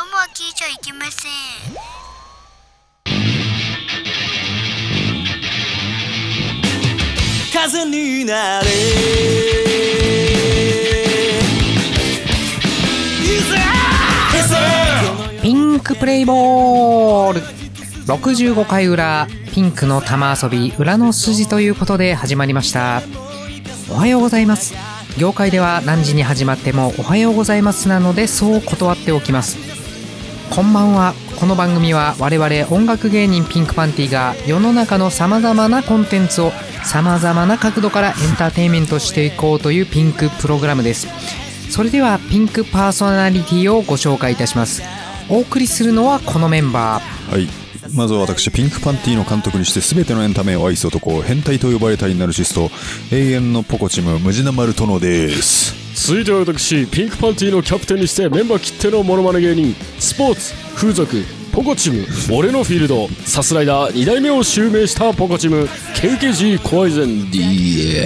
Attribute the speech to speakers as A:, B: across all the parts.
A: ゃいけません
B: 風になれ
C: ピンクプレイボール65回裏ピンクの玉遊び裏の筋ということで始まりましたおはようございます業界では何時に始まってもおはようございますなのでそう断っておきますこんばんはこの番組は我々音楽芸人ピンクパンティが世の中のさまざまなコンテンツをさまざまな角度からエンターテインメントしていこうというピンクプログラムですそれではピンクパーソナリティをご紹介いたしますお送りするのはこのメンバー
D: はいまずは私ピンクパンティーの監督にして全てのエンタメを愛す男変態と呼ばれたイナルシスト永遠のポコチムムジナマル殿です
E: 続いては私ピンクパンティのキャプテンにしてメンバー切手のモノマネ芸人スポーツ風俗ポコチム俺のフィールドサスライダー2代目を襲名したポコチム KKG コアイゼンディエ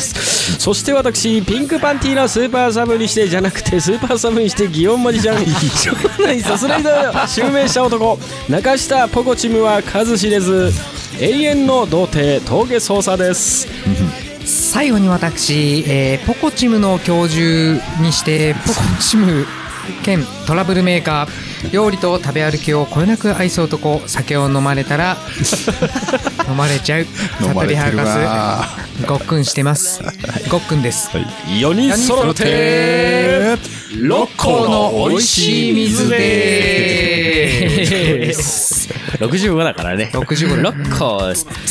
E: スそして私ピンクパンティのスーパーサブにしてじゃなくてスーパーサブにして祇園マジシャン将来サスライダーを襲名した男中下ポコチムは数知れず永遠の童貞峠捜査です
C: 最後に私、えーポコチムの教授にしてポコチム兼トラブルメーカー料理と食べ歩きをこよなく愛す男酒を飲まれたら 飲まれちゃう
D: 飲まれてるわ
C: すごっくんしてますごっくんです
E: 4人揃って六甲の美味しい水でーす65だからね
C: 65だ
E: 6個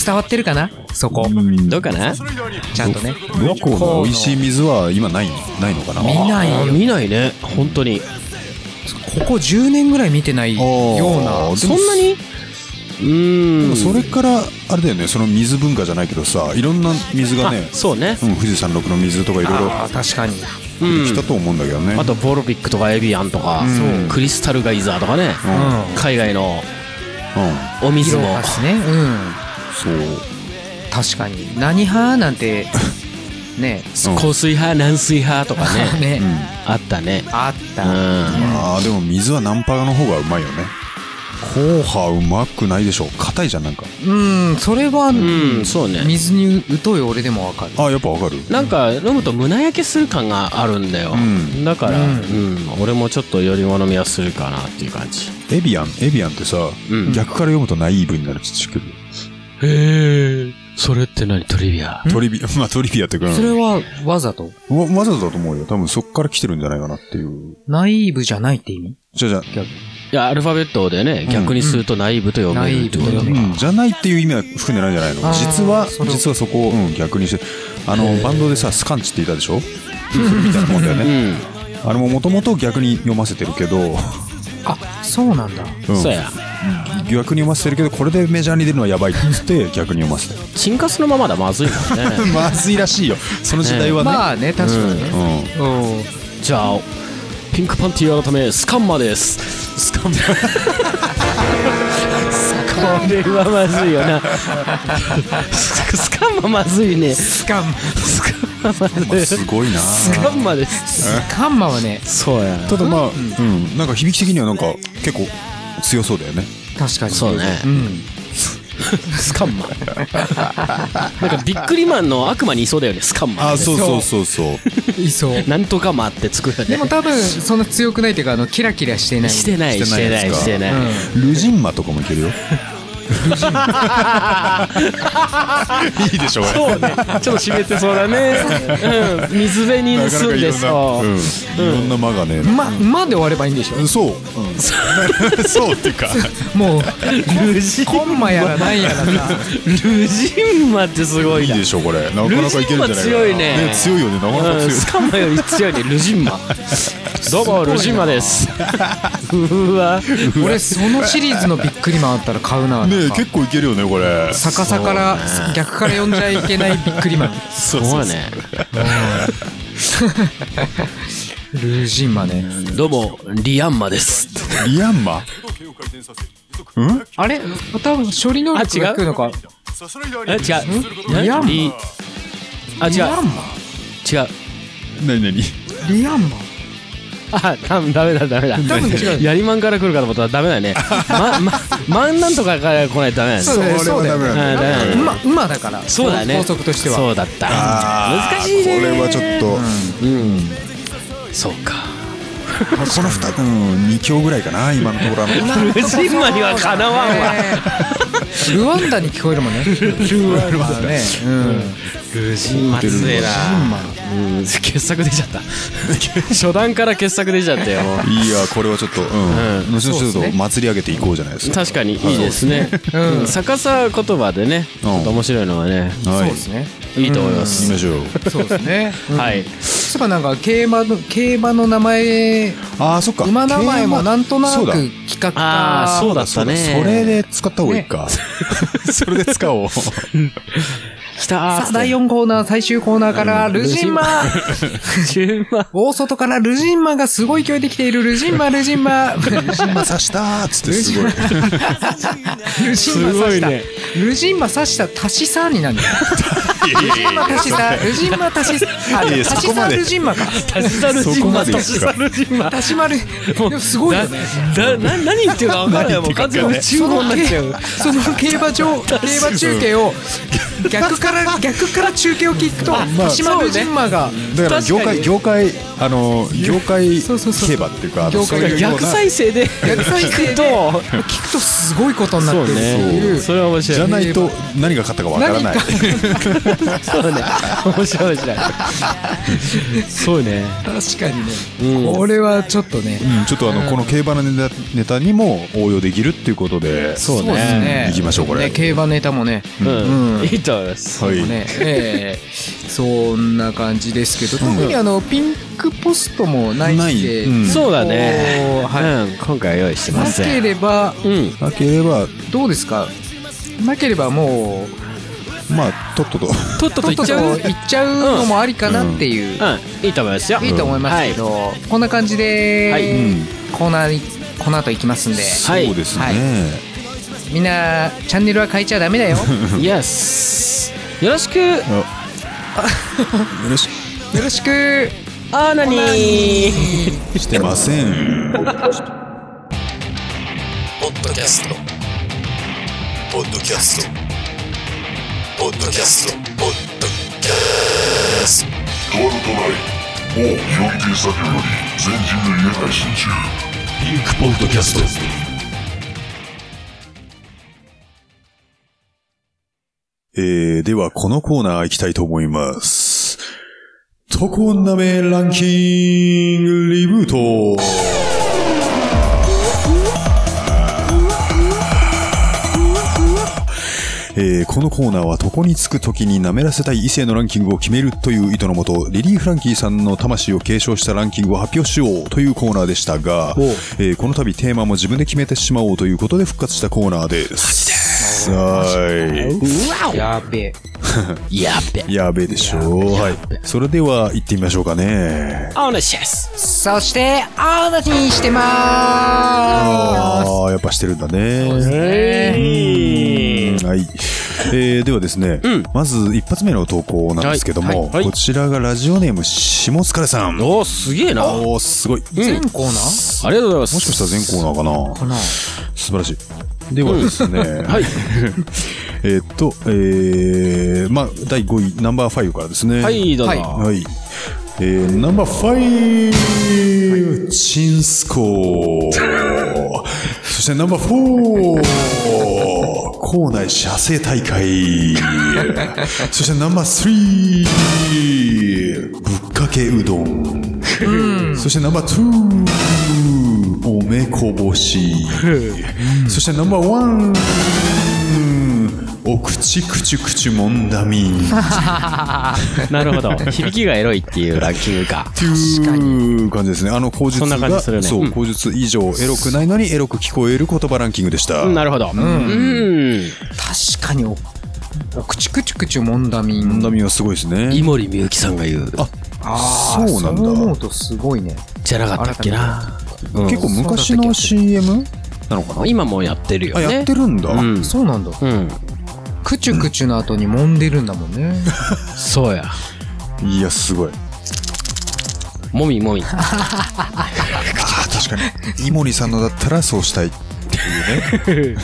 C: 伝わってるかなそこ
E: どうかな
C: ちゃんとね
D: ロコの美味しい水は今ないないのかな
C: 見ないよ
E: 見ないね本当に
C: ここ10年ぐらい見てないような
D: あー
E: そんなにうーん
D: それからあれだよねその水文化じゃないけどさいろんな水がね
E: あそうね
D: うん、富士山六の水とかいろいろ
C: あー確かに
D: 出てきたと思うんだけどね、
E: あとボロビックとかエビアンとかクリスタルガイザーとかね
C: うん
E: 海外の
D: う
E: お水
C: 色
E: も
C: がですねうん
D: ん
C: 確かに何派なんてね
D: そう、うん
E: 硬水派軟水派とかね
C: ね、
E: あったね
C: あった、
E: うん
D: あーでも水はナンパの方がうまいよね硬派うまくないでしょ硬いじゃんなんか
C: うんそれは、
E: うんそうね
C: 水に疎い俺でもわかる
D: あーやっぱわかる
E: なんか飲むと胸焼けする感があるんだよ、
D: ん
E: だから、
C: う
E: うんん俺もちょっとより好みはするかなっていう感じ
D: エビアンエビアンってさ、
E: うん
D: 逆から読むとナイーブになるって知ってる
E: へえそれって何トリビア
D: トリビ まあトリビアっていうか
C: それはわざと
D: わわざとだと思うよ多分そっから来てるんじゃないかなっていう
C: ナイーブじゃないって意味
D: じゃあじゃあ
E: いやアルファベットでね逆にするとナイーブと呼べるってこと
C: ナイーブと呼べ
E: ね、
C: る
D: うん、じゃないっていう意味は含んでないんじゃないの
C: あー
D: 実は
C: それ
D: 実はそこを、うん、逆にしてあのバンドでさスカンチっていたでしょ みたいなもんだよ
E: う
D: ね
E: ん
D: あれももともと逆に読ませてるけど、うん
C: あそうなんだ
E: そうや
D: 逆に読ませてるけどこれでメジャーに出るのはやばいっつって逆に読ませてる
E: チンカスのままだまずいもんね
D: まずいらしいよその時代はね
C: まあね確かにね、
D: うん
C: うん
E: じゃあピンクパンティ改めスカンマですスカンマこれはまずいよなスカンマまずいね
C: スカン
E: スカンマまずい
D: まあすごいな
E: スカンマです。
C: スカンマはね
E: そうや。
D: ただまあ、うん、なんか響き的にはなんか結構強そうだよね
C: 確かに
E: そうね
C: うん
E: スカ ンマ。なんかビックリマンの悪魔にいそうだよね、スカンマね。
D: あそうそうそうそう
C: いそう
E: なんとかマってつくよ
C: で
E: ね
C: も。多分そんな強くないっていうかあのキラキラしてない
E: して
C: い
E: ない、してない、してない。
D: ルジンマとかもいけるよいいでしょ俺
E: そうね。ちょっと湿ってそうだね。うん。水辺に
D: なかな
E: 住
D: か
E: ん
D: い
E: で
D: ろんな、
E: そうう。
D: ん、いろんな間がね、
C: ま、まで終わればいいんでしょ
D: そう、 そうっていうか
C: もう
E: ルジン
C: コンマやらなんやらさ
E: ルジンマってすご
D: い
E: い
D: い
E: な。
D: でしょこれなかなかいけるんじゃないかな
E: ルジンマ強いね
D: 強いよねなかなか
E: う
D: 強
E: ん
D: い
E: スカンマより強いね、ルジンマ。どうも、ルジンマです。うわ。
C: 俺そのシリーズのビックリマンあったら買うな
D: ね
C: なん
D: え
C: か
D: 結構いけるよねこれ
C: 逆さから逆から呼んじゃいけないビックリマン
E: すごいね。
C: ルージンマね
E: どうも、リアンマです。
D: リアンマ
C: あれ多分処理能力が
E: あ違う
C: 低いのか
E: え違う。
C: リアンマ
E: リあ違
C: リアン
E: う
C: マ
E: 違う。
D: 何何
C: リアンマ
E: あダメダメだダメだ
C: 多分違う
E: やりまんから来るかと思ったらダメだねまままんなんとかから来ないとダメだね
C: そうだよ
D: それはダメ
E: だね
D: だ
E: はい
D: ね
E: は
C: 馬馬だから
E: そうだね
C: 法則としては
E: そうだった
D: あー
E: 難しいね
D: これはちょっと
E: うんそうか
D: まあこの2うん2強ぐらいかな今のところあの
E: 無人馬にはかなわんわ
C: ねえルワンダに聞こえるもんねルワンダね
E: 無人馬強いなうん傑作出ちゃった 初段から傑作出ちゃったよもう
D: いやこれはちょっとうん後々ちょ
C: そ
D: っ
C: うで
D: と
C: すね
D: 祭り上げていこうじゃないですか
E: 確かにいいですね、
C: うん
E: うん、逆さ言葉でねち
D: うん
E: ょっと面白いのはね
C: そう
D: はい
C: で
D: 行
C: すね
E: いいと思います、
D: きましょう
C: そうですね
E: はい
C: そうかなんか競馬の競馬の名前
D: あーそっか
C: 馬名前もなんとな
D: そう
C: く
D: だ
C: 企画
E: あ
C: 化
E: あそうだっ
D: そ
E: た
D: うだ
E: ね
D: それで使った方がいいか それで使おう
E: 来たー
C: さあ第4コーナー最終コーナー からルジンマ
E: 10万
C: 大外からルジンマがすごい勢いできているルジンマルジンマルジンマ
D: 今刺したーっつってす ごい
C: ルジンマ刺
E: すご
C: し
E: い
C: た、
E: ね
C: ルジンマ刺した足し算になるんだよルジンマ足し算ルジンマ足しあ
D: いやいや
C: 足
D: そ
C: し
D: こま
C: 算
D: で
C: ルジンマか
E: 足しざる
D: そ
E: 人
D: こま
E: 馬
D: で
E: 足しざる人馬
C: 足し丸でもすごいよね
E: だな何言ってるか分からないもう完全に宇宙
C: そ
E: 語
C: の
E: になっちゃう
C: その競馬場競馬中継を逆から逆から中継を聞くと足丸ジンマが
D: だから業
E: 確か
D: 界
E: に
D: 業界あの業界競
C: そうそうそう
D: 馬っていうかあの
C: 業
D: そう
C: 界
D: いうよう
E: 逆
D: な
E: 再生で
C: 逆再生で
E: 聞くと
C: 聞くとすごいことになってるっていう
E: それは面白い
D: じゃないと何が勝ったかわからない
C: 何か
E: そうね面白い面白いそうね
C: 確かにねこれはちょっとね
D: うんちょっとあのこの競馬のネタネタにも応用できるっていうことで
E: そう
C: そうですね
D: 行きましょうこれ
C: ね競馬ネタもね
E: うんいいと思います
D: はい
C: ねええそんな感じですけど特にあのピンクポストもないんで
D: ないうん
E: そうだね
C: こうはい
E: うん今回は用意してま
C: な
E: せ
C: け
E: ん
C: れば
E: うん
D: なければ
C: どうですかなければもう
D: まあとっとと
E: とっ
C: と
E: とと
C: っ
E: 行
C: と
E: っち
C: と
E: ゃううん
C: 行っちゃうのもありかなっていう、
E: いいと思いますよ
C: いいと思いますけど、こんな感じで、
E: はい
D: うん
C: コーナーにこの後行きますんで
E: はい
D: そうです
C: はい
D: ね
C: みんなチャンネルは変えちゃダメだよ
E: イエスよろしく
D: あよろしく
C: よろしく
E: あーなにー
D: してません
F: ポッドキャストポッドキャストポッドキャストポッドキャスト
G: とある都内某料理店作業より全人類へ配信中
F: ピンクポッドキャスト
D: えー、ではこのコーナー行きたいと思いますとこなめランキングリブートえーこのコーナーは床につく時に舐めらせたい異性のランキングを決めるという意図のもとリリー・フランキーさんの魂を継承したランキングを発表しようというコーナーでしたが、えーこの度テーマも自分で決めてしまおうということで復活したコーナーです。は
C: やべえ
E: やっべ
D: い。やべえでしょう。はい。それでは行ってみましょうかね。
E: あーなしです
C: そしてあーなしにしてまーす
D: ああ、やっぱしてるんだね。
E: え
D: はい。えーではですね、まず一発目の投稿なんですけども、
E: はいはい
D: こちらがラジオネーム下疲れさん。
E: おーすげえなあ
D: おー、すごい。
C: 全コーナー
E: りがとうございます
D: もしかしたら全コーナーかな
C: な
D: 素晴らしい。ではですね、
E: はい
D: えーっと、えー、まあ、第5位、ナンバー5からですね。
E: はいどうぞ
C: はい
D: はい。えー、ナンバー5、チンスコー。 そしてナンバー4、校内射精大会。 そしてナンバー3、ぶっかけうどん。そしてナンバー2、おめこぼし。そしてナンバー1、お口くちゅくちゅもんだみん。
E: なるほど 響きがエロいっていうランキングか
D: っていう感じですね。あの口述
E: そんな感
D: が
E: じするね
D: そううん口述以上エロくないのにエロく聞こえる言葉ランキングでした。
E: なるほどうん
C: 確かにおおくちくちくちゅもんだみん
D: ダミはすごいですね。
E: 井森美幸さんが言う
C: あー
D: そうなんだ
C: そう思うとすごいね
E: じゃなかったっけなうん
D: 結構昔の CM なのかな。
E: 今もやってるよ
D: あ
E: ね
D: やってるんだ。
E: うん
C: そうなんだ
E: うん
C: くちゅくちゅの後に揉んでるんだもんね
E: そうや
D: いやすごい。
H: もみもみ。
D: ああ確かに井森さんのだったらそうしたいっていうね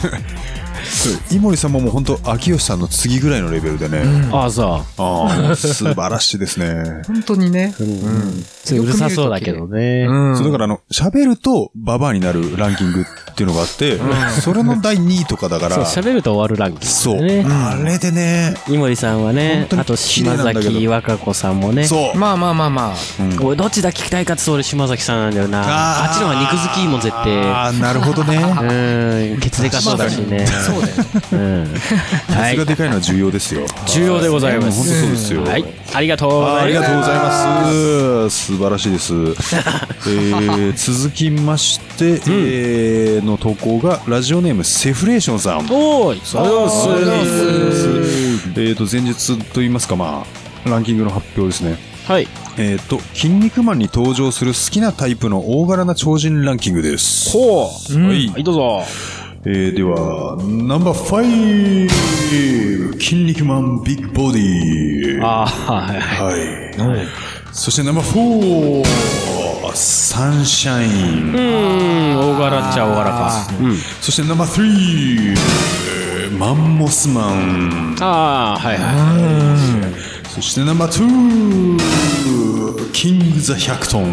D: そう井森さんももう本当秋吉さんの次ぐらいのレベルでね、
H: ああ、さ
D: ああもう素晴らしいですね
C: 本当にね。
E: ちょっとうるさそうだけどね。
C: うん。
D: そうだからあの喋るとババアになるランキングっていうのがあって、それの第2位とかだか
E: そう、
D: らそう,、
E: 喋ると終わるランキング。ね。
D: あれでね
E: 井森さんはね
D: 本、当に
E: あと
D: 綺麗な
E: 島
D: んだけど
E: 崎和歌子さんもね。
D: そう、
C: まあまあまあまあ。
E: 俺どっちだ聞きたいかって言うと俺島崎さんなんだよな。あ
D: ー
E: っちの方が肉好きもん絶対。
D: ああなるほどね
E: うーん、ケツでかそうだしね。
C: そうだよね。
E: うん。は
D: それ
E: い
D: が。でかいのは重要ですよ
E: 重要でございま
D: 本当
E: す。
D: そうですよ、
E: はい。ありがとうございます。
D: ありがとうございます。素晴らしい です。えー、続きまして、えーの投稿がラジオネームセフレーションさん。
H: おーい。さよう
D: ありがと
H: す。
D: うございますえーと前日と言いますかまあランキングの発表ですね。
H: はい。
D: えーと「筋肉マン」に登場する好きなタイプの大柄な超人ランキングです。
H: ほう。
D: はい
H: はい、どうぞ。
D: えー、では、ナンバー5、筋肉マンビッグボディ。
H: あはい。
D: はい、そしてナンバー4サンシャイン、
H: うん、大柄っちゃ大柄か。うん。
D: そしてナンバー3、えーマンモスマン
H: ああ、はいは
D: そしてナンバー2キング・ザ・100トン
H: い。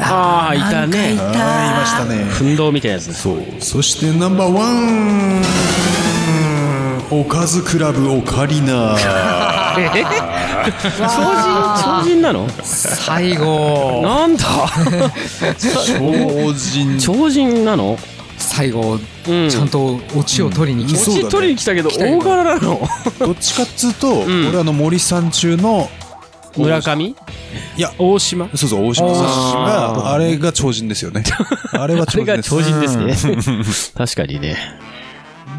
H: ああ、いたね。
D: あーいましたね
H: 運動みたいなやつね。
D: そうそしてナンバー1おかずクラブオカリナ
H: 超人超人なの
C: 最後、
H: なんだ
D: 超人
H: 超人なの
C: 最後、
H: うん
C: ちゃんとオチを取りに来
D: うん
C: て
D: そうだね
H: ち取りに来たけど、大柄なの
D: どっちかっつうと、
H: ん
D: 俺あの森さん中の
H: 村上
D: いや
H: 大島
D: そうそう、大島さんが、あれが超人ですよね。あれは
H: そ
D: 超
H: れ
D: 人
H: が
D: です。
H: 超人ですね。確かにね。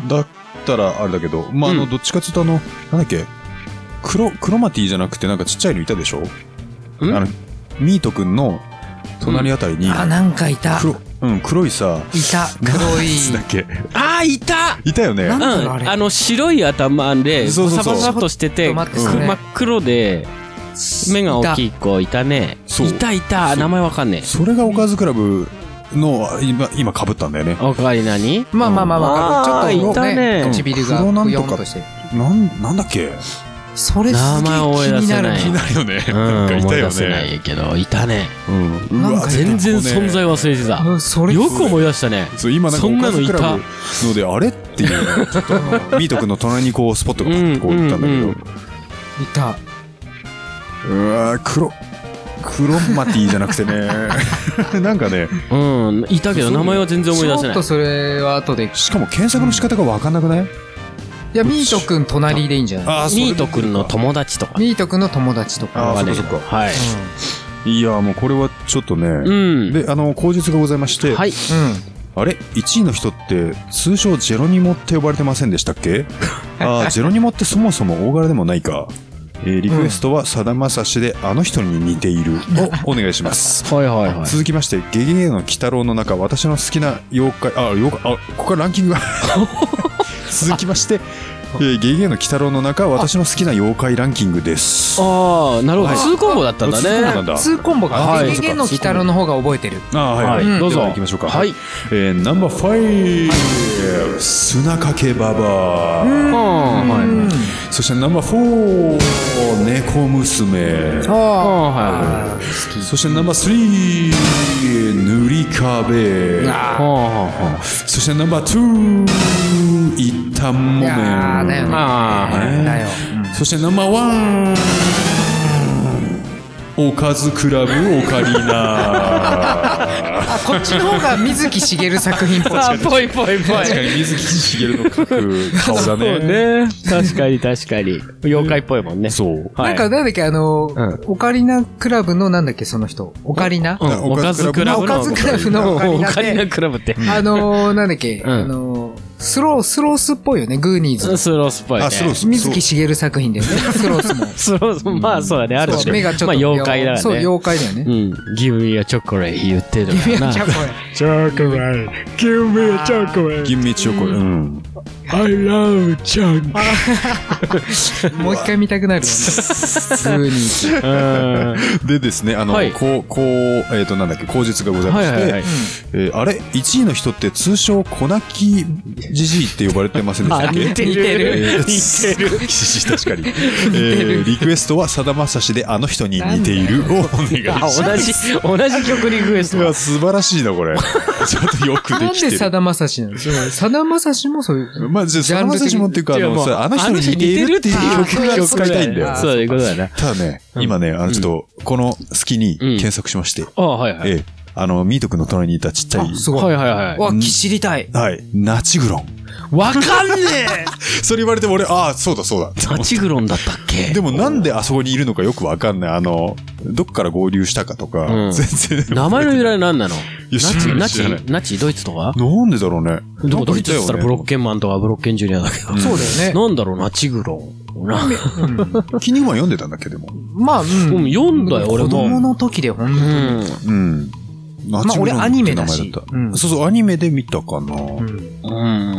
D: だったら、あれだけど、まあ、あ
H: う
D: の、
H: ん
D: どっちかっていうと、あの、なんだっけ、クロ、クロマティじゃなくて、なんかちっちゃいのいたでしょあの、ミートくんの隣あたりに、
C: あ、なんかいた。
D: 黒、うん、黒いさ、
C: いた。黒い。
D: なんだっけ、
E: ああ、いた
D: いたよね。
C: なん
E: う
C: だろう、あ
E: ん、
C: れ。
E: あの白い頭でバ
D: そうそう
E: サ
D: そう
E: バサっとしてて
C: ちょっと待ってそれ
E: 真っ黒で目が大きい子いたね
D: そう
E: いたいた名前わかんね
D: それがおかずクラブの、今、今被ったんだよね。
E: えおかわり何
C: まあまあまあまあ、
E: あー
C: ちょっと
E: いたね
C: ね、唇が
D: 黒なん
C: ぷ
D: と
C: よ
D: か
C: んとしてる。
D: なん、なんだっけ
C: それすげえ
E: 名
C: 気
E: 前思い出
C: に
E: せ
C: な
E: ない
C: る。
D: なるよね。
E: うん
D: なんかい
E: 思
D: た
E: い
D: よ
E: 出せな
D: ね。
E: いけどいたね
D: うん。う
C: なん
D: わ
C: か、
E: 全然存在忘れて
C: う
E: た
C: んそれ
E: よく思い出したね
D: そう今なんか
E: そ
D: お
E: んな
D: か
E: の
D: ず
E: い
D: ク
E: た
D: ラブのであれっていうちょっとミート君の隣にこうスポットがパッてこう行ったんだけど、う
E: うんうん
C: いた。
D: わー黒黒マティじゃなくて ねなんかね
E: うんいたけど名前は全然思い出せ
C: ちょ
E: な
C: っ
E: い
C: とそれは後で。い
D: しかも検索の仕方が分かんなくない、
C: や、ミートくん隣でいいんじゃない
D: ああ
E: ミートくんの友達とか
C: ミートくんの友達とか。
D: あ
E: わ
D: ー
E: んない
D: そ
E: け
D: っ
E: ど
D: かそっか
E: はい
D: いやーもうこれはちょっとね、
E: うん
D: であの口述がございまして、
E: はい
C: うん。
D: あれ1位の人って通称ジェロニモって呼ばれてませんでしたっけああジェロニモってそもそも大柄でもないか、えーリクエストはさだまさしであの人に似て いるをお願いします
E: はいはいはい
D: 続きまして「ゲゲゲの鬼太郎」の中私の好きな妖怪あ妖怪あここからランキン グが続きまして「えーゲゲゲの鬼太郎」の中私の好きな妖怪ランキングです
E: ああなるほ
D: は
E: ど
D: い
E: 通コンボだったんだ
D: そうな
E: ね
D: んだ
C: ツーコンボが、
D: はい
C: ゲゲゲの鬼太郎の方が覚えてる。
D: ああはい、
E: は
D: ど
E: いど
D: う
E: うぞ
D: ぞ行きましょうか
E: はい、
D: えーナンバーファイブ砂かけばば
E: うんはい
D: そしてナンバーフォー猫娘
E: あ
C: あ
E: あはいはい
D: そしてナンバースリー塗り壁そしてナンバーツー一旦もめん
C: あ、だよね。
E: ああ
D: ね
C: だよ。
D: そしてナンバーワンおかずクラブオカリナ
C: あ、こっちの方が水木しげる作品っぽい。
E: あぽいぽいぽい
D: 確かに水木しげるの描く顔だ
E: そう
D: ね
E: ね。確かに確かに。妖怪っぽいもんね。
D: そう
E: は
C: ないんか、なんだっけ、あの
E: ん、
C: オカリナクラブの、なんだっけ、その人。オカリナ
E: うんおかずクラブ
C: まあ
E: の。
C: おかずクラブのオカリナ
E: オカリナ
C: で
E: クラブって。
C: あのー、なんだっけ、
E: ん
C: あのー、スロー、スロースっぽいよね、グーニーズ。
E: スロースっぽいね。
D: あスロース
C: 水木しげる作品でね、スロースも。
E: スロース。まあそうだね。ある
C: そう
E: 種。
C: 目がちょっと。
E: まあ妖怪だ
C: そう、
E: からね。
C: 妖怪だよ
E: う
C: ね。
E: ん。Give me a chocolate 言ってる
C: い
E: か
C: や、
E: ら
C: じゃ
E: な
C: あ。これ。
D: 銀道をこれうん
H: アラウちゃん。
C: もう一回見たくな るよね。普通に。
H: うん
D: でですね、あの、
E: はい
D: こう、こう、えっ、と、なんだっけ、口述がございま
E: は
D: し
E: い
D: て、
E: はいはい。
D: えーあれ ?1 位の人って通称、粉木じじいって呼ばれてませんでしたっけ
C: 似てる。
D: えー確かに。えーリクエストはさだまさしであの人に似ているをお願いし
E: あ、
D: ます。
E: 同じ、同じ曲リクエス
D: い
E: ト
D: や。素晴らしいな、これ。 ちょっとよく
C: な
D: で
C: ん
D: きて
C: でさ
D: る。
C: だまさしなんですかさだまさしもそういう。
D: まあ、じゃあ、
C: ジ
D: さ
C: ャ
D: だ
C: ンル
D: ま
C: 的に
D: さしもっていうか、あ
E: いや
D: の、
E: もう
D: それあの人に似ているっていう曲が作りたいんだよ。
E: そういうことだね。
D: ただね、今ね、あの、ちょっと、この隙に検索しまして、
E: あはいはい。
D: ええ、あの、ミート君の隣にいたちっちゃい
C: あ、、すごい。
E: はいはいはい。
C: わ、知りたい。
D: はい、ナチグロン。
E: わかんね
D: それ言われても俺、ああ、そうだそうだ。
E: えナチグロンだったっけ
D: でもなんであそこにいるのかよくわかんない。あの、どっから合流したかとか、
E: うん
D: 全然。
E: 名前の由来何なの
D: いや
E: ナ
D: 知
E: チ、
D: らな
E: ナ
D: い知
E: チ
D: らない、
E: ナチ、ドイツとか
D: なんでだろうね。
E: でもドイツって言
D: な
E: っ
D: ん
E: た
D: からいよ
E: ブロ
D: ね
E: ッケンマンとかブロッケンジュニアだけど。
C: そうだよね。
E: なんだろう、ナチグロン。な
D: キニグマ読んでたんだっけ、でも。
C: まあ、うん
E: うん読んだよ俺も
C: 子供の時で、ほん
E: う
C: とに。
E: ん。
D: うん。ま
C: まあ俺アニメだしうん
D: そうそう、アニメで見たかな。
C: うん
E: う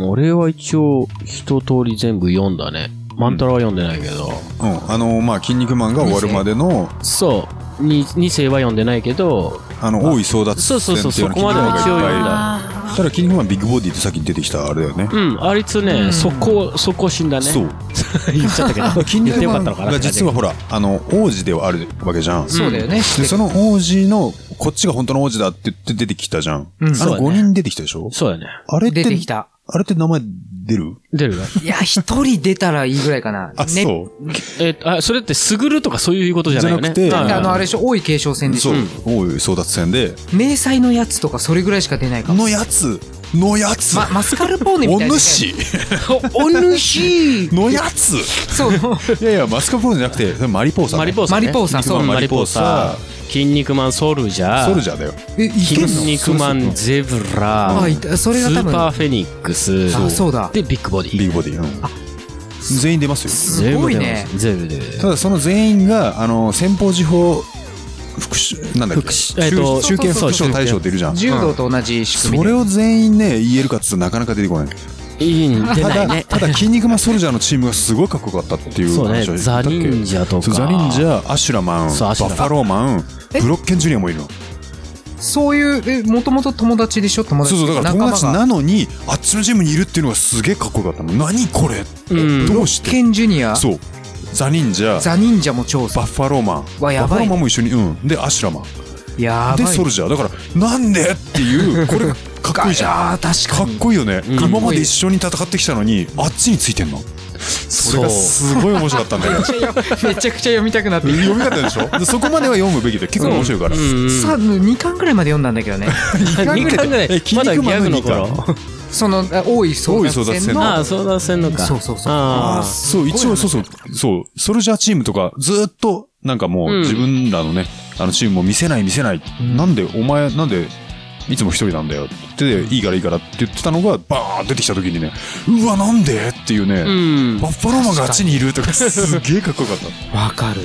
E: ん、俺は一応一通り全部読んだね。マンタラは読んでないけど。
D: うん。あの、まあ、筋肉マンが終わるまでの、
E: そう。に二世は読んでないけど、
D: あの、大井争奪
E: そうそうそう
D: 戦っていの
E: そこまでは一応
D: 筋肉マンがいっぱい
E: 読んだ
D: ただ、筋肉マンビッグボディってさっき出てきたあれだよね。
E: うん、あいつ
C: う
E: ね、
C: ん
E: 速攻、速攻死んだね。
D: そう。
E: 言っちゃったけ ど。
D: 筋
E: 言って
D: 肉
E: よ
D: マ
E: かっ
D: ン
E: たのかな
D: が実はほら、あの、王子ではあるわけじゃん。
C: そうだよね。
D: で、その王子の、こっちが本当の王子だって言って出てきたじゃん。
C: うん
D: あ
E: そう
D: の
E: だね
D: 5人出てきたでしょ
E: そうだね。
D: あれって、
C: 出てきた。
D: あれって名前出る
E: 出るよ。
C: いや、一人出たらいいぐらいかな。
D: あ、
C: ね
D: そ
E: えっと、あ、それってすぐるとかそういうことじゃないよね。
D: じゃなくて
E: うん
C: であの、あれでしょ、多い継承戦
D: う。
C: でし
D: そ
C: ょ
D: う。。大井争奪戦で、
C: 迷彩のやつとか、それぐらいしか出ないかも。
D: のやつのやつ
C: ま、マスカルポーネみ
D: お
C: たいな。
D: 主
C: お主
D: のやつ
C: そう、
D: いやいや、マスカルポーネじゃなくて、それマリポーサ。
E: マリポーサ
C: マ
E: ね。
C: リポーサ、そうう。
D: ん
E: マリポーサ
D: マリポ、
E: 筋肉マンソルジャー、
D: ソルジャーだよ。
C: え、いけん
E: 筋
C: の
E: 肉マンゼブラ
C: あ、、いた、それが
E: ス
C: 多
E: ー
C: 分。
E: パーフェニックス、
C: あ、そうだ。
E: で、ビッグボデ
D: ビ
E: ィ。
D: ッグボディ。うん、全員出ますよ。
C: すごいね。
E: 全部出る。
D: ただ、その全員が、あの、先方時報、副首、なんだっけ、
E: 副首えっと
D: 中堅
C: そう
D: 副
C: そうそう
D: 将大将出るじゃん。
C: 柔道と同じ仕組み
D: そ
C: で。
D: れを全員ね、言えるかっつうとなかなか出てこない。
E: いいん出
D: た
E: な
D: だ、
E: いね。
D: ただ、筋肉マンソルジャーのチームがすごいかっこよかったっていう
E: そうね
D: 話をしたっけ
E: ザ忍者とか
D: そうザ忍者、アシュラマン、バ
E: そうアシュ
D: ッ
E: ラ
D: ファローマン、
C: え
D: ブロッケンジュニアもいるの。
C: そういう、え、もともと友達でしょ友
D: そ
C: 達
D: うそう、だから
C: 仲
D: 友
C: 間
D: 達
C: が
D: なのに、あっちのチームにいるっていうのがすげえかっこよかったの。何これ
E: うん
D: どうして
C: ケンジュニア、
D: そう。ザ忍者、
C: ザ忍者も超さ。
D: バッファローマン、
C: わや
D: バッファ
C: ばい
D: ローマンも一緒に、うん。で、アシュラマン。
C: や
D: で、
C: ばい。
D: ソルジャー。だから、なんでっていう、これがかっこいいじゃん。
C: あー確
D: か
C: か
D: っ
C: に。
D: こいいよね。
E: ん
D: 今まで一緒に戦ってきたのに、あっちについてんの。それがすごい面白かったんだけど。
C: めちゃくちゃ読みたくなってき
D: 読み方でしょでそこまでは読むべきで結構面白いから。
E: うん
C: た。さあ、2巻ぐらいまで読んだんだけど ね。
E: 二巻ぐらい
D: え
E: まだ
D: 筋肉
E: ギ
D: マ
E: ャ
D: ン
E: グの
D: 二巻
E: 頃。
C: その、あ多い争奪
D: 多い争奪
C: 戦
D: 戦
E: あ
C: の
E: あ、。そうだせんのか。
C: そうそうそう
D: あ
E: あ
D: ーそう、一応、そうそう、そう、ソルジャーチームとか、ずーっと、なんかもう、
E: うん
D: 自分らのね、あの、チームも見せない見せない。
C: ん
D: なんで、お前、なんで、いつも一人なんだよって、いいからいいからって言ってたのが、バーン出てきた時にね、うわ、なんでっていう
E: あ。う
D: ね、
E: ん
D: バ。ッファローマンがあっちにいるとか、すげえかっこよかった。
C: あわかる。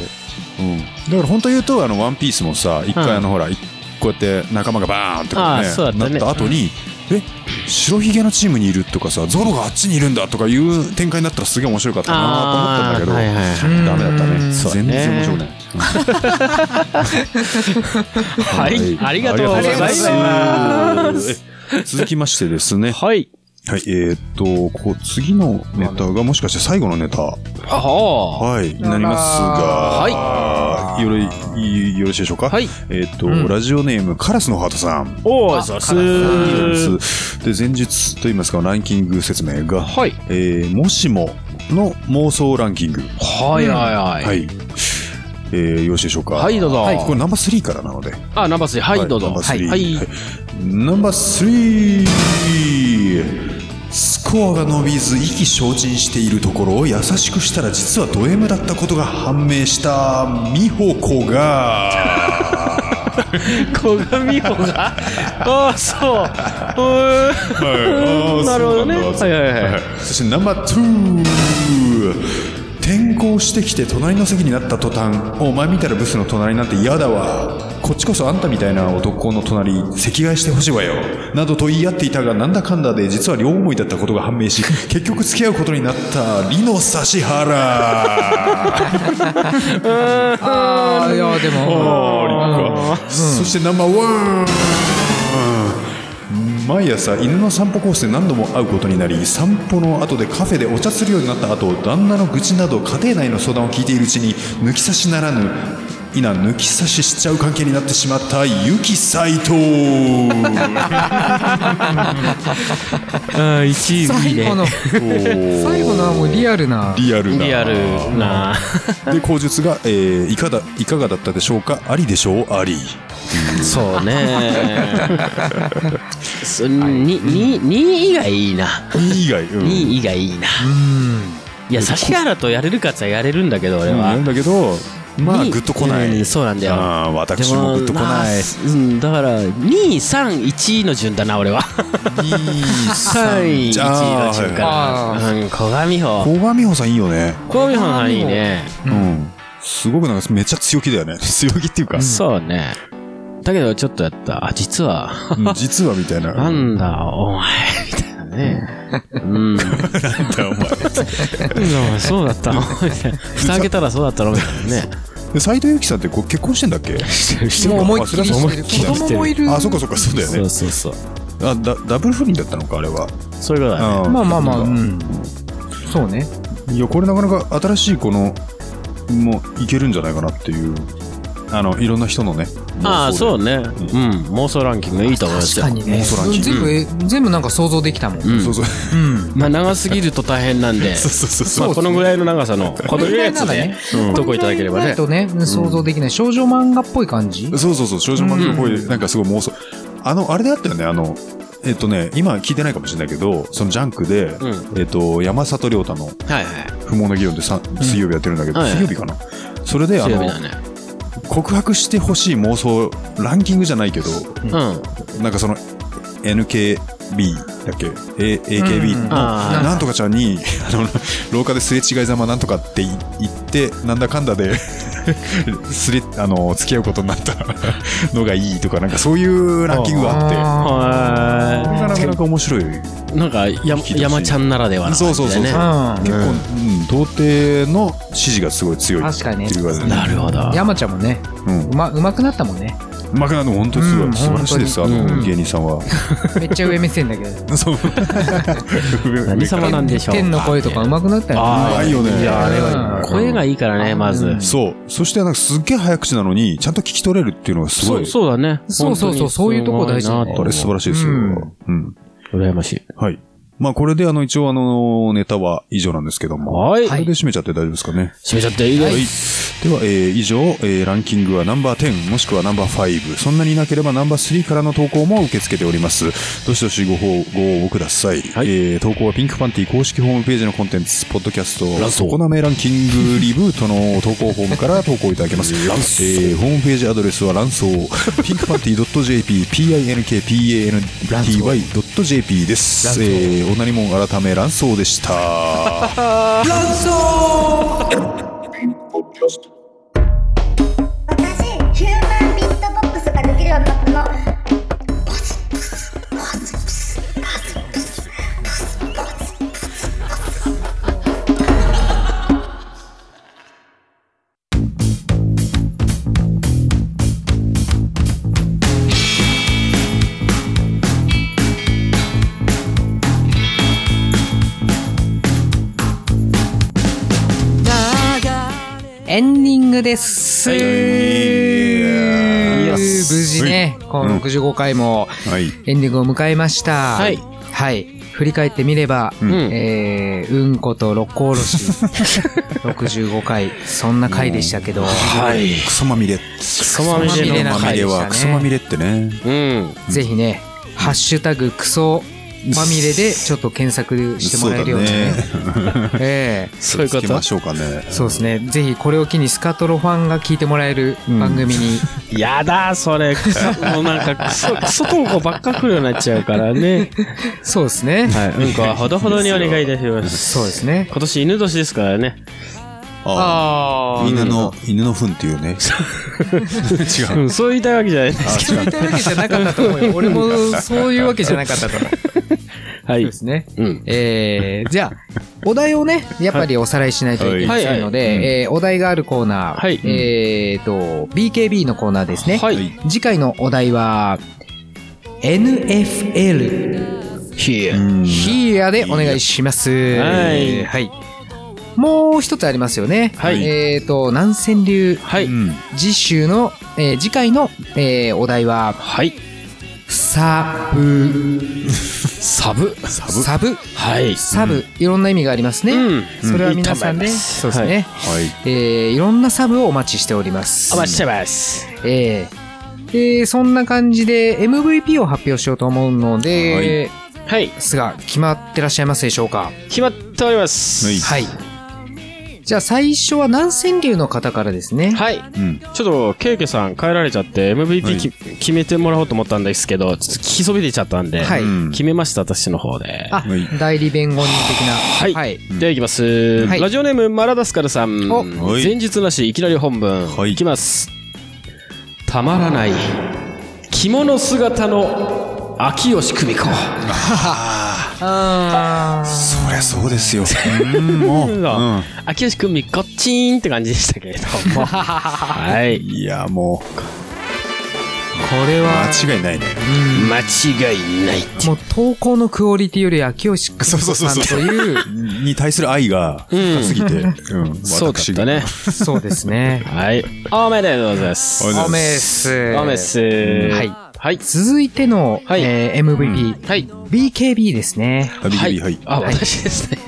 D: うん。だから本当言うと、あの、ワンピースもさ、一
E: うん
D: 回あの、ほら、いこうやって仲間がバーンとか
E: ああ
D: ね、
E: そうだった
D: な
E: ね
D: った後に、え、白ひげのチームにいるとかさ、ゾロがあっちにいるんだとかいう展開になったらすげえ面白かったなと思ったんだけど、
E: はいはいはい。
C: うん
D: ダメだったね。
E: そう
D: 全然面白くない。
E: はい。ありがとうございます。
D: ます。続きましてですね。
E: はい。
D: はい、えーっと、こう、次のネタがもしかして最後のネタ、は、
E: はい
D: になりますが、
C: はい
D: よろい、よろしいでしょうか
E: い。はい。
D: えーっと、
C: うん
D: ラジオネーム、カラスのハートさん。
E: おー、ざっすー。
D: で、前日と言いますか、ランキング説明が、
E: はい。
D: えーもしもの妄想ランキング。
E: はいはい
D: は
E: はい。
D: い。えーよろしいでしょうか。
E: はい、どうぞ。
D: はいこれナンバー3からなので。
E: あ、ナンバースリー。はい、どうぞ。
D: ナンバー
E: は
D: 3
E: い。はい。
D: ナンバー3スコアが伸びず意気消沈しているところを優しくしたら実はド M だったことが判明した美穂子が
E: 小神穂が。ああ、そう。うー
D: はいあー
E: なるほどね
D: そうなんだ
E: はいはいはい
D: そしてナンバー2転校してきて隣の席になった途端お前みたいなブスの隣なんて嫌だわこっちこそあんたみたいな男の隣席替えしてほしいわよなどと言い合っていたがなんだかんだで実は両思いだったことが判明し結局付き合うことになったリノ指原
C: ああ、いや、でも、
D: そしてナンバーワン毎朝犬の散歩コースで何度も会うことになり散歩の後でカフェでお茶するようになった後旦那の愚痴など家庭内の相談を聞いているうちに抜き差しならぬいな抜き差ししちゃう関係になってしまったゆき斎 藤
E: ああ、1位いい
C: 最後
E: ね。
C: の、最後のはもうリアルな。
D: リアル
E: リア
D: な
E: ルな。
D: で口述が、えーいかだ「いかがだったでしょうかありでしょうあ り」
E: そうね。そに、に、に以外いいな。
D: 以外、うん、
E: に以外いいな。いや、指原とやれるかつはやれるんだけど、俺
D: うん
E: は
D: なん。だけどまあ
E: に
D: グッとこない、
E: うんそうなんだよ
D: あー
E: で
D: 私もグッとこ
E: ま
D: な
E: あ
D: い
E: うん、だから、2、3、1の順だな、俺は。3、
D: じ
E: 1
D: ゃあ
E: の順か
C: あ
E: ら。うん、小上穂。
D: 小川美穂さんいいよね
E: 小上穂はいいね。
D: うんすごくなんかめっちゃ強気だよね強気っていうか、
E: そうね。だけど、ちょっとやった。あ、実は。
D: うん実はみたいな
E: な
D: なん
E: だ、お前、みたいなね。うん。
D: んだお前
E: うんそうだったのみたいな。 蓋開けたらそうだったのみたいなね。
D: で斎藤由貴さんってこう結婚してんだっけ
E: して
C: もう思いっ
D: あそ
C: き
D: れ
C: り
D: はそう思いっき
C: 子
D: りだね
C: 供もいる。
D: あそっかそっかそうだよ
E: そ
D: ね
E: うそうそう。
D: あだダブル不倫だったのかあれは
E: そういうことだね。
D: あ
C: まあまあまあ、うん。そうね。
D: いやこれなかなか新しいこのもういけるんじゃないかなっていうあのいろんな人のね
E: ああ、
D: う
E: そうね。うん。妄想ランキングいいと思います
C: 確
E: よ
C: か。にね。
D: 妄想ランキング
C: 全部え、全部なんか想像できたもん。う。
E: うんん
D: そうそう
E: まあ、長すぎると大変なんで、
D: そうそうそう
E: まあ、このぐらいの長さの、このぐらいのやつ
C: これぐらい
E: で
C: な、
E: とこいただければね。
C: とね、想像できない。少女漫画っぽい感じ
D: そうそうそう、少女漫画の声、なんかすごい妄想。あの、あれであったよね、あの、えっとね、今聞いてないかもしれないけど、そのジャンクで、
E: う
D: えっと、山里亮太の
E: はいはい。
D: 不毛な議論でさ水曜日やってるんだけど、
E: はいはい
D: 水曜日かな。それで、あ
E: 強
D: の
E: 火、だね。
D: 告白してほしい妄想、ランキングじゃないけど、
E: うん。
D: なんかその、NKB だっけ、A、AKB の、
E: あー
D: なんとかちゃんに、 あの、廊下ですれ違いざまなんとかって言って、なんだかんだで、 すれ、あの、付き合うことになったのがいいとか、なんかそういうランキングがあ
C: あ
D: って、これ
E: は
D: がなかなか面白い。
E: い。なんか、や山ちゃんならではな
D: そ
E: 感
D: うそう
E: じ
D: そう
E: でね。
C: ー
D: 結構、うん、童貞の支持がすごい強
C: う
D: い
C: ん。。確かにね
D: っ。ていうか、
E: なるほど。
C: 山ちゃんもね、
D: うん
C: うま、うまくなったもんね。
D: うまくなるの本当にすごい、
C: うん
D: 素晴らしいです、あ
E: 本当に
D: の、
E: うん
D: 芸人さんは。
C: めっちゃ上目線だけど。
D: そう。
E: 何様なんでしょう。
C: 天の声とかうまくなったよね。
D: うまいよね。
E: いやあれ
C: は
E: 声がいいからね、まず。
D: そう。そして、なんかすっげえ早口なのに、ちゃんと聞き取れるっていうのがす
E: そ
D: ご
E: う、
D: い。
E: そうだね。
C: そうそうそう
E: 本当に
C: そういうとこ大事
E: すごいな
D: あれ素晴らしいですよ。
C: うん
D: うん。
E: 羨ましい。
D: はい。まあ、これで、あの、一応、あの、ネタは以上なんですけども。
E: はい。
D: こ
E: 閉
D: れで締めちゃって大丈夫ですかね。
E: めちゃっていいで
D: はい
E: す。。
D: では、えー以上、えーランキングはナンバー10、もしくはナンバー5、そんなにいなければナンバー3からの投稿も受け付けております。どしどしご報ご応募ください。
E: い
D: えー投稿はピンクパンティ公式ホームページのコンテンツ、ポッドキャスト、
E: ランソー
D: コナメランキングリブートの投稿フォームから投稿いただけます。えーホームページアドレスはランソー、ピンクパンティ .jp、pinkpanty.jp です。えーおなりもん改め、ランソーでした。
B: Podcast.
I: 私ヒューマンビットボックスができる男の
C: エンディングです。無事ね、この65回も
D: はい。
C: エンディングを迎えました。
E: はい
C: はい。振り返ってみれば、
E: うん。
C: えー、うんこと六甲おろ し、65回、そんな回でしたけど、
E: はい。
D: クソまみれ。
E: クソまみ
C: クソ
E: れ
D: の
E: の
D: まみ
E: 回
D: れ
E: で
D: は、クソまみれってね。
E: うん。
C: ぜひね、ハッシュタグクソまみれでちょっと検索してもらえるようにね。 ええ
E: そういうこ
D: つけま
E: と
D: しょうかね。
C: そうですね。ぜひこれを機にスカトロファンが聞いてもらえる番組に、
E: やだ、それ。クソもうなんか、クソ、クソ投稿ばっか来るようになっちゃうからね。
C: そうですね。
E: はい。うんこはほどほどにお願いいたします。
C: そうですね。
E: 今年犬年ですからね。
D: あ
E: あ
D: あ犬の、犬の糞っていうね。違う。
E: うん、そう言いたいわけじゃないんですけ
C: そういったわけじゃなかったと思うよ。俺もそういうわけじゃなかったと思う。
E: ど。はい
C: で。すね。
E: うん。
C: えー、じゃあ、お題をね、やっぱりおさらいしないといけませんので、
E: はいはいはい
C: えーお題があるコーナー、
E: はい
C: えーと、BKB のコーナーですね。
E: はい。
C: 次回のお題は、NFL
E: Here.
C: ヒアでお願いします。
E: はい
C: はい。もう一つありますよね。
E: はい
C: えーと、南千流、
E: は
D: う
E: い。
D: ん。
C: 次週の、えー次回の、えーお題は、
E: はい。
C: サブ、
E: サブ。
D: サブ。
C: サブ、
E: はい。
C: サブ、いろんな意味がありますね。
E: うん
C: それは皆さんで、
E: いいと思います
C: そうですね。
D: はい。
C: えーいろんなサブをお待ちしております。
E: お待ちしてます。
C: えーえーそんな感じで MVP を発表しようと思うので、
E: はい。
C: すが決まってらっしゃいますでしょうか
E: 決まっております。
C: はい。じゃあ最初は南千流の方からですね。
E: はい。
D: うん。
E: ちょっと、ケイケさん帰られちゃって、
D: はい
E: MVP き、決めてもらおうと思ったんですけど、ちょっと聞きそびれちゃったんで、
C: はい
D: うん
E: 決めました、私の方で。
C: あ、
D: はい
C: 代理弁護人的な。
E: はい。
C: はい。
E: では、いきます、
C: はい
E: ラジオネーム、マラダスカルさん。
C: お
D: はい
E: 前日なし、いきなり本文。
D: はい
E: い。きます。たまらない。着物姿の秋吉久美子。
C: あ
D: そりゃそう ですよ。うん、もう。う
E: そう、
D: ん。
E: 秋吉久美子、チーンって感じでしたけれど も。はい。
D: いや、もう、
C: ーこれは、
D: 間違いないね。
E: 間違いない。
C: もう投稿のクオリティより秋吉久美子さんという、
D: に対する愛が高すぎて。うん。
E: そうだったね。
C: そうですね。
E: はい。おめでとうございます。
C: おめっす。
E: おめっす。
C: はい。
E: はい。
C: 続いての、
E: はい
C: えー MVP、
E: はい。
C: BKB ですね。
D: 旅
E: は
D: 旅、はいい。。
E: あ、
C: はい
E: 私ですね。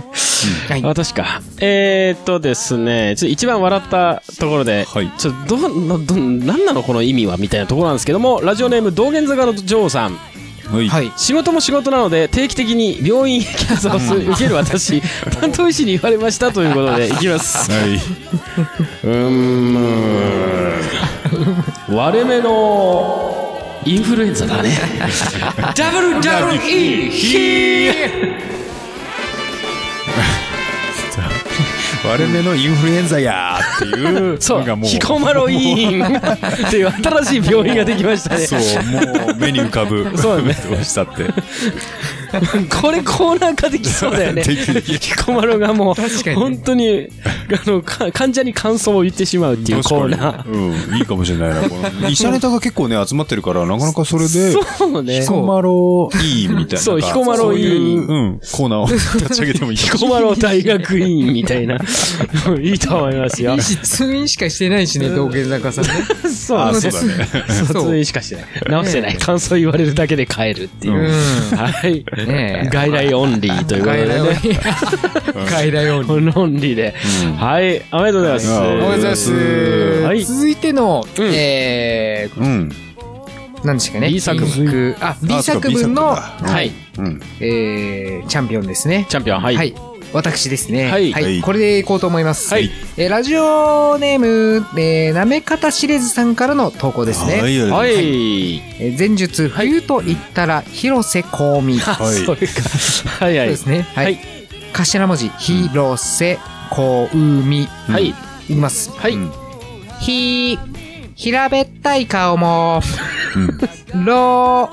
C: はい。
E: 私か。えーっとですね、ちょっと一番笑ったところで、
D: はい
E: ちょっとどう、などん、なんなのこの意味はみたいなところなんですけども、ラジオネーム道玄坂の女王さん。
D: はい。
C: はい。
E: 仕事も仕事なので定期的に病院へ検査をす受ける 私、担当医師に言われましたということで、いきます。
D: はい。
E: うーん。割れ目のインフルエンザだね。WWE ヒー
D: 割れ目のインフルエンザやーっていう
E: そう、
D: のがもう、
E: 彦摩呂医院っていう新しい病院ができましたね。
D: そう、もう目に浮かぶ。
E: そうだね
D: どうしたって。
E: これコーナー化できそうだよね。
D: できる
E: 彦摩呂がも
C: 確かに
E: う、本当に、あの、か患者に感想を言ってしまうっていうコーナー。
D: うん、いいかもしれないな。この医者ネタが結構ね、集まってる から、なかなかそれで、
E: そうね。
D: 彦摩呂いいみたいな。
E: そう
D: なんか
E: 彦摩呂いい
D: そうううん、コー ナーを立ち上げてもいいかもし
E: 彦摩呂大学院みたいな。いいと思いますよ
C: 医。師通院しかしてないしね、道玄坂さんね。
E: そ
D: れない。あ、
E: う
D: そ
E: ね
D: う。だね。
E: 卒院しかしてない。直してない。感想言われるだけで帰るっていうう。
C: ん。
E: はい。
C: ねえ
E: 外来オンリーということ
C: 外
E: で
C: 来
E: ね。
C: オンリー。外来オンリー。
E: オンオンリーで。はい。おめでとうございます。
D: はいおめでとうございます
E: はい
C: 続いての、
E: うん
C: え
D: うん。
C: ー、何でしたっけね。
E: B 作文
C: 文。あ、B
D: あそうか
C: 作文の
D: B、作文だ
E: はい。
D: うん。
C: えー、チャンピオンですね。
E: チャンピオン、はい。
C: はい。私ですね。
E: はい
D: はい
C: これでいこうと思います。
E: はい
C: えーラジオネーム、えー、なめかたしれずさんからの投稿ですね。
D: はい、
E: は
D: はい。
E: い。
C: えー前述、冬と言ったら、広瀬香美。そ
E: あ
D: はい
E: そうか。はいは
C: う
E: い
C: で。すね。は
E: はいい。
C: 頭文字、広瀬香美。
E: はい。
C: いきます。
E: はい。
D: うん
C: ひ、平べったい顔も、
D: うん。
C: ろ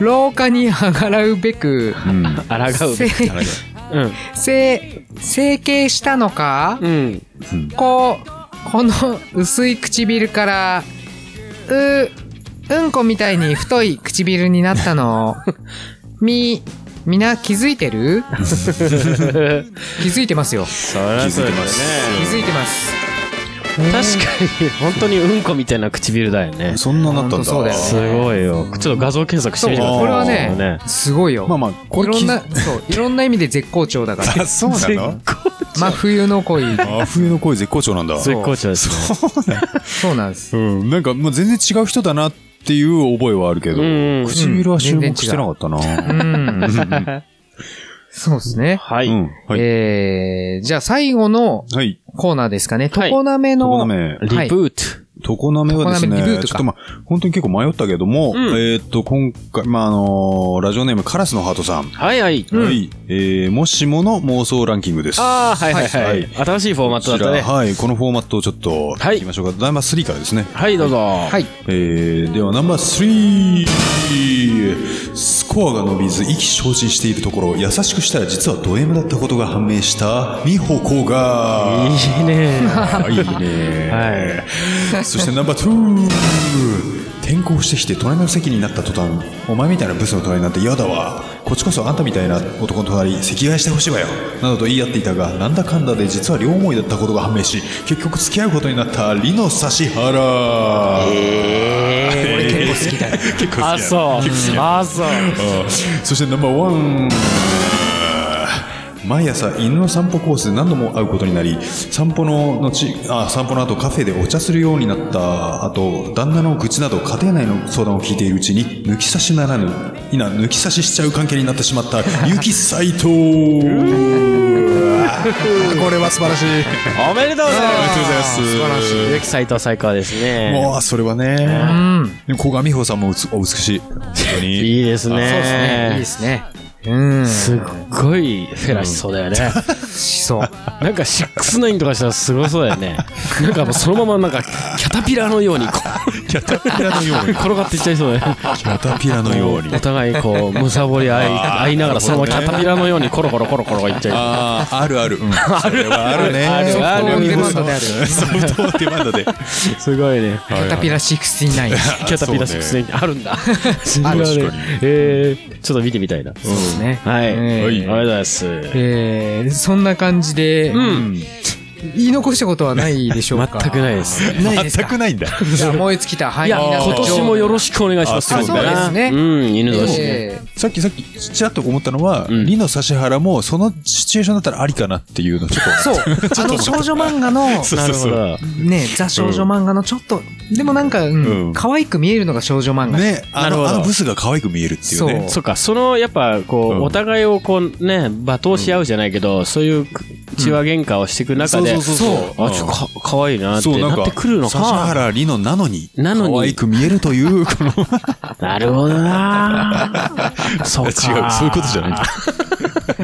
C: う、廊下にあがらうべく、
D: うん。
E: あらがう。
C: せ、
E: うん。
C: せ、整形したのか、
E: うん。
C: こう、この薄い唇から、う、うんこみたいに太い唇になったの。み、みんな気づいてる気づいてますよ。
E: そりゃそうだよね。
C: 気づいてます。
E: 確かに、本当にうんこみたいな唇だよね。
D: そんななったん
C: ほんと
D: だ。
C: そうだよ
E: すごいよ。ちょっと画像検索して
C: そう、
E: みてください。
C: これは
D: あ
C: ね、すごいよ。
D: まあまあ、こ
C: い
D: れ
C: ろん
D: 気
C: な、そう、いろんな意味で絶好調だから。
D: あ、 そうなの
C: 真冬の恋。
D: あ、冬の恋絶好調なんだ。
E: 絶好調ですね。
C: そうなんです。
D: うん、なんかもう全然違う人だなっていう覚えはあるけど、
E: うん
D: 唇は注目してなかった
C: う
D: な。
C: ん。そうですね。
E: は
D: う
E: い。
D: ん、はい。
C: えー、じゃあ最後の
D: はい。
C: コーナーですかね。
E: はい
C: 常滑
D: ここ
C: の、
D: の名。
E: リブー
D: 常滑はです
C: 常滑リブー
D: ね、
C: トか。
D: ちょっとまあ、本当に結構迷ったけども、
E: うん
D: えーっと、今回、まあ、あのーラジオネーム、カラスのハートさん。
E: はいはい。
D: はい。えー、もしもの妄想ランキングです。
E: ああ、はいはいは
D: はい
E: い。新しいフォーマットだったね
D: こち。らはい、このフォーマットをちょっと、
E: はい
D: いきましょうか。ナンバー3からですね。
E: はい、どうぞ。はい
D: えー、ではナンバー3スコアが伸びず意気消沈しているところ優しくしたら実はド M だったことが判明した美穂子が
E: いい
D: い
E: ね。
D: いね、はい、そしてナンバー2転校してきて隣の席になった途端お前みたいなブスの隣なんて嫌だわこっちこそあんたみたいな男の隣席替えしてほしいわよなどと言い合っていたがなんだかんだで実は両思いだったことが判明し結局付き合うことになったリノ指原
C: 俺結構好きだよ。
D: 結構好きだ
E: あ、そう。あ、そう。
D: そしてナンバーワン毎朝犬の散歩コースで何度も会うことになり散歩の後あ散歩の後カフェでお茶するようになったあと旦那の愚痴など家庭内の相談を聞いているうちに抜き差しならぬいな抜き差ししちゃう関係になってしま った結城斎 藤これは素晴らしい
E: おめでとうござい
D: ありがとうございま
E: ますす。ゆき斎藤最高ですね。
D: もうそれは
C: う
D: ね
C: ん。
D: でも古賀美穂さんもうつお美し い本当に
E: いいです
C: そうですね。いい
E: ね
C: で。すね。うん。
E: すっごいフェラしそうだよね。
C: しそう。
E: なんかシックスナインとかしたらすごそうだよね。なんかもうそのままなんかキャタピラーのようにこ
D: キャタピラのよう
E: う
D: に
E: 転がっていっちゃいそうだよね。
D: キャタピラのように
E: お互いこう、むさぼり合い合いながらそのままキャタピラーのようにコロコロコロコロいっちゃう。
D: ああ、あるある。あるあるね。
E: あるある
D: ソフト
C: デマンドである
D: ソフトデマンドで。
E: すごいね。
C: キャタピラ69。
E: キャタピラーシックスナインあるんだ。信じられない
D: 確かに
E: えーちょっと見てみたいな。
C: ですね。
E: はい。
C: えー
E: ありがとうございます。
C: えー、そんな感じで、
E: ん
C: 言い残したことはないでしょうか
E: 全くないです。
C: ないです
D: 全
C: か
D: くないんだ。
C: じゃあ燃え尽きた。はいい。
E: や、
C: 皆さん
E: 今年もよろしくお願いしま
D: あ
E: す。
D: そう
C: ですね
E: うん、犬
C: え
E: 年ね。
C: え
D: さっきさっき、ちらっと思ったのは、
E: ん
D: リノ指原も、そのシチュエーションだったらありかなっていうの、ちょっと。
C: そう。あの少女漫画の、
E: なるほど。
C: ね、ザ少女漫画のちょっと、でもなんか、うん
D: うん
C: 可愛く見えるのが少女漫画。
D: ね、あ
E: なるほ
D: の、
E: ど
D: あのブスが可愛く見えるっていうね。
E: そうか、その、やっぱ、こう、
D: うん
E: お互いをこう、ね、罵倒し合うじゃないけど、そういう血は喧嘩をしていく中で、
D: うんそうそうそうそう
E: あ、ちょ、か、かわいいなって、
D: そう、な
E: な
D: んか
E: って、くるの
D: 指
E: か。
D: 原リノなのに、
E: なのに
D: 可愛く見えるという、この、
E: なるほどなそうか。
D: だ。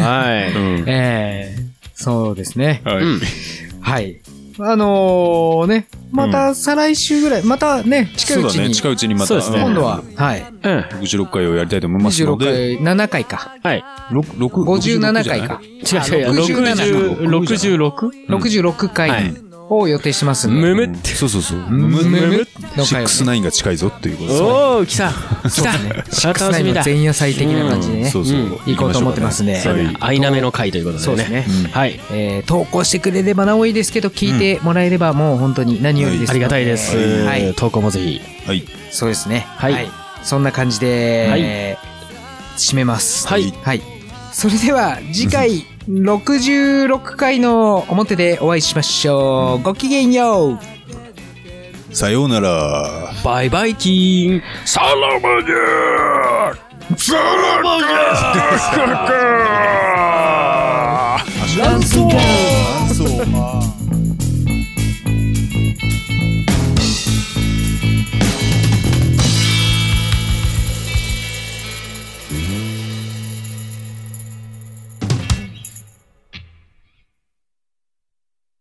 E: はい。
C: ええそうですね。
D: はい
E: うん
C: はい。あのー、ね、また再来週ぐらい、またね、近
D: そ
C: いううち
D: だね、
C: に、
D: 近いうちにまた。
E: そうですね
C: 今度は、はい。
E: うん。
D: 66回をやりたいと思いますの
C: 26
D: で、
C: 回、7回か。
E: はい。
D: 六六
C: 57回か。。
E: 違う違う違う。
D: 67
E: 60、66?
C: 66回を予定してますんで。
E: むむっ
D: うん
E: て。
D: そうそうそう。
C: むむむむの
D: シッ
C: 回を
D: クスナインが近いぞっていうことですね
E: おー、来た。来
C: シッ
E: た。
C: クス
E: 楽
C: ナ
E: し
C: イ
E: み
C: ンの
E: だ。
C: 前夜祭的な感じでね、
D: そうそう。
C: 行こうと思ってますね。
D: はい
E: アイナメの回ということでね。
C: そうですね
E: んはい。
C: えー投稿してくれればなおいいですけど、聞いてもらえればもう本当に何よりです、
E: ありがたいです。
C: はい。
E: 投稿もぜひ。
D: はい。
C: そうですね。
E: はい
C: そんな感じで、
E: はい
C: えー締めます。
E: はい
C: それでは、次回、66回の表でお会いしましょう。ごきげんよう
D: さようなら。
E: バイバイキーン。
C: ランスボー